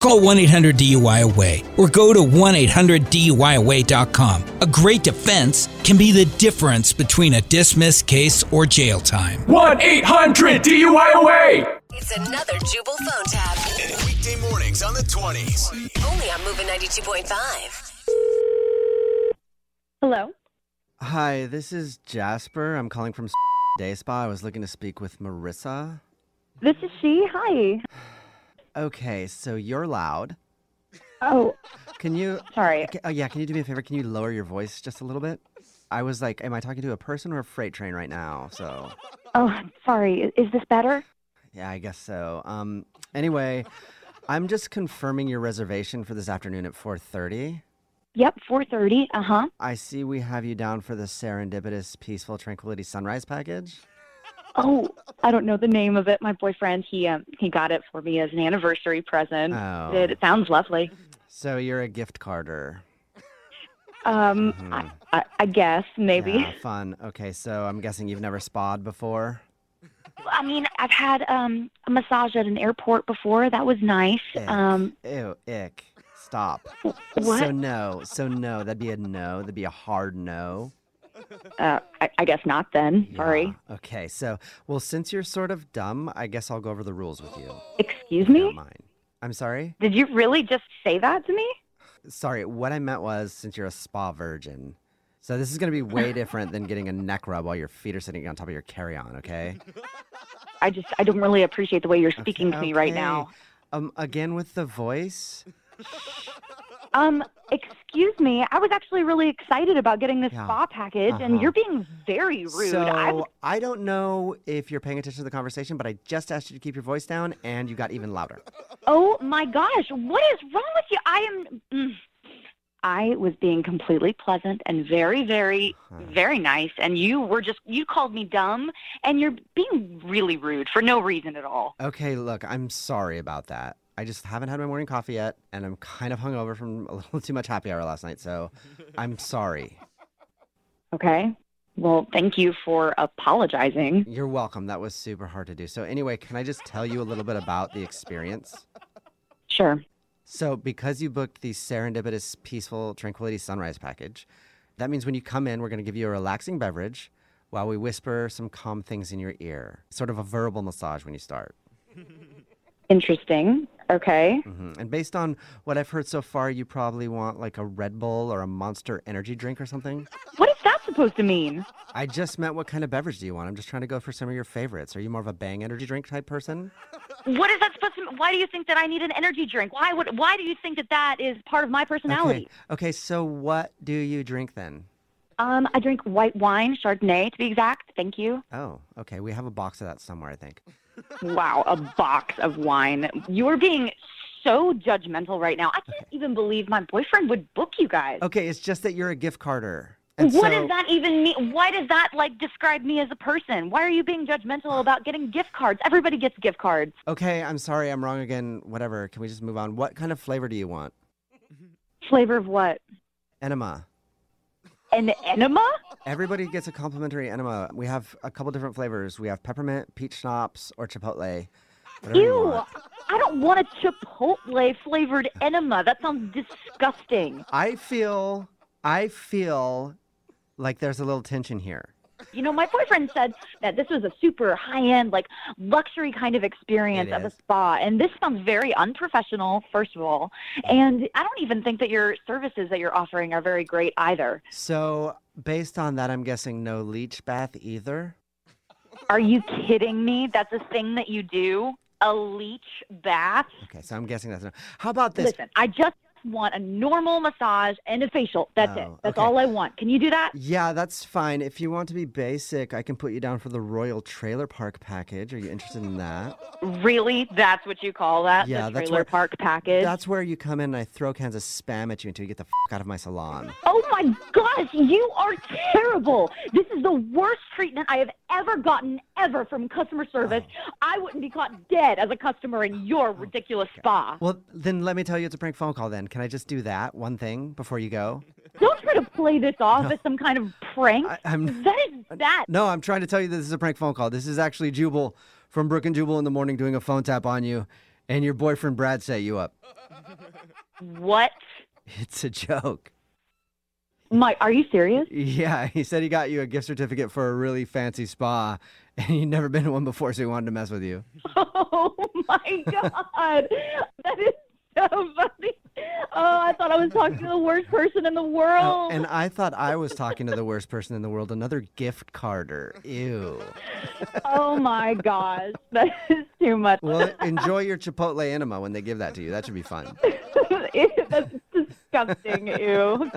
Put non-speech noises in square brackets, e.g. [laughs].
Call 1 800 DUI Away or go to 1 800 DUIAway.com. A great defense can be the difference between a dismissed case or jail time. 1 800 DUIOA! It's another Jubal phone tab. Weekday mornings on the 20s. Only on Moving 92.5. Hello. Hi, this is Jasper. I'm calling from Day Spa. I was looking to speak with Marissa. This is she. Hi. Okay, so you're loud. Oh, Can you? sorry. ca- Oh yeah, can you do me a favor? Can you lower your voice just a little bit? I was like, am I talking to a person or a freight train right now? So Oh, sorry. I- Is this better? yeah, I guess so. Um, anyway, I'm just confirming your reservation for this afternoon at 4:30. Yep, 4:30. Uh-huh. I see we have you down for the serendipitous, peaceful tranquility sunrise package. Oh, I don't know the name of it. My boyfriend, he um, he got it for me as an anniversary present. Oh. It, it sounds lovely. So you're a gift carder. Um, I, I, I guess maybe. Mm-hmm. Yeah, Ah, fun. Okay, so I'm guessing you've never spawed before. I mean, I've had um a massage at an airport before. That was nice. Ick. Um, Ew, ick. Stop. what? So no. So no. That'd be a no. That'd be a hard no. uh, I, I guess not then. Sorry. Yeah. Okay. So well, since you're sort of dumb, I guess I'll go over the rules with you. Excuse if you don't me. mind. I'm sorry. Did you really just say that to me? Sorry. What I meant was since you're a spa virgin. So this is gonna [laughs] be way different than getting a neck rub while your feet are sitting on top of your carry-on. Okay. I just I don't really appreciate the way you're speaking to me right Okay. now. Um. Again with the voice. Um, excuse me. I was actually really excited about getting this Yeah. spa package, Uh-huh. and you're being very rude. So I I was, don't know if you're paying attention to the conversation, but I just asked you to keep your voice down, and you got even louder. oh my gosh, what is wrong with you? I am. Mm, I was being completely pleasant and very, very, Uh-huh. very nice, and you were just you called me dumb, and you're being really rude for no reason at all. Okay, look, I'm sorry about that. I just haven't had my morning coffee yet, and I'm kind of hungover from a little [laughs] too much happy hour last night, so I'm sorry. Okay. Well, thank you for apologizing. You're welcome. That was super hard to do. So, anyway, can I just tell you a little bit about the experience? Sure. So, because you booked the serendipitous, peaceful tranquility sunrise package, that means when you come in, we're going to give you a relaxing beverage while we whisper some calm things in your ear, sort of a verbal massage when you start. Interesting. Okay. hmm And based on what I've heard so far, you probably want like a Red Bull or a Monster energy drink or something. What is that supposed to mean? I just meant what kind of beverage do you want? I'm just trying to go for some of your favorites. Are you more of a bang energy drink type person? What is that supposed to? Why do you think that I need an energy drink? Why would? Why do you think that that is part of my personality? Okay. Okay, so what do you drink then? Um, I drink white wine, Chardonnay to be exact. Thank [laughs] you. Oh, okay. We have a box of that somewhere, I think. Wow, a box of wine. You are being so judgmental right now. I can't even believe my boyfriend would book you guys. Okay, it's just that you're a gift carder. What And does so, that even mean? Why does that like describe me as a person? Why are you being [sighs] judgmental about getting gift cards? Everybody gets gift cards. Okay, I'm sorry, I'm wrong again. Whatever. Can we just move on? What kind of flavor do you want? Flavor of what? Enema. An enema? Everybody gets a complimentary enema. We have a couple different flavors. We have peppermint, peach schnapps, or chipotle. Whatever you Ew! want. I don't want a Chipotle flavored enema. That sounds disgusting. I feel I feel like there's a little tension here. You know, my boyfriend said that this was a super high end, like luxury kind of experience It at the is. spa. And this sounds very unprofessional, first of all. And I don't even think that your services that you're offering are very great either. So, based on that, I'm guessing no leech bath either. Are you kidding me? That's a thing that you do? A leech bath? Okay, so I'm guessing that's no. How about this? Listen, I just want a normal massage and a facial. That's it. Oh, That's okay. all I want. Can you do that? Yeah, that's fine. If you want to be basic, I can put you down for the Royal Trailer Park package. Are you interested in that? Really? That's what you call that? Yeah, the that's trailer what- park package. That's where you come in and I throw cans of spam at you until you get the f- out of my salon. Oh my gosh, you are terrible. This is the worst treatment I have ever gotten ever from customer service. Oh. I wouldn't be caught dead as a customer in your ridiculous spa. Well, then let me tell you it's a prank phone call then. Can I just do that one thing before you go? Don't try to play this off as some kind of prank. I, I'm that is that. No, I'm trying to tell you that this is a prank phone call. This is actually Jubal from Brook and Jubal in the morning doing a phone tap on you. And your boyfriend Brad set you up. [laughs] What? It's a joke. My, are you serious? Yeah, he said he got you a gift certificate for a really fancy spa, and you'd never been to one before, so he wanted to mess with you. [laughs] Oh my god, that is so funny. Oh, I thought I was talking to the worst person [laughs] in the world. Oh, And I thought I was talking to the worst person in the world, another gift carder. Ew. oh my gosh, that is too much. [laughs] Well, enjoy your Chipotle enema when they give that to you. That should be fun. Ew, That's disgusting. Ew.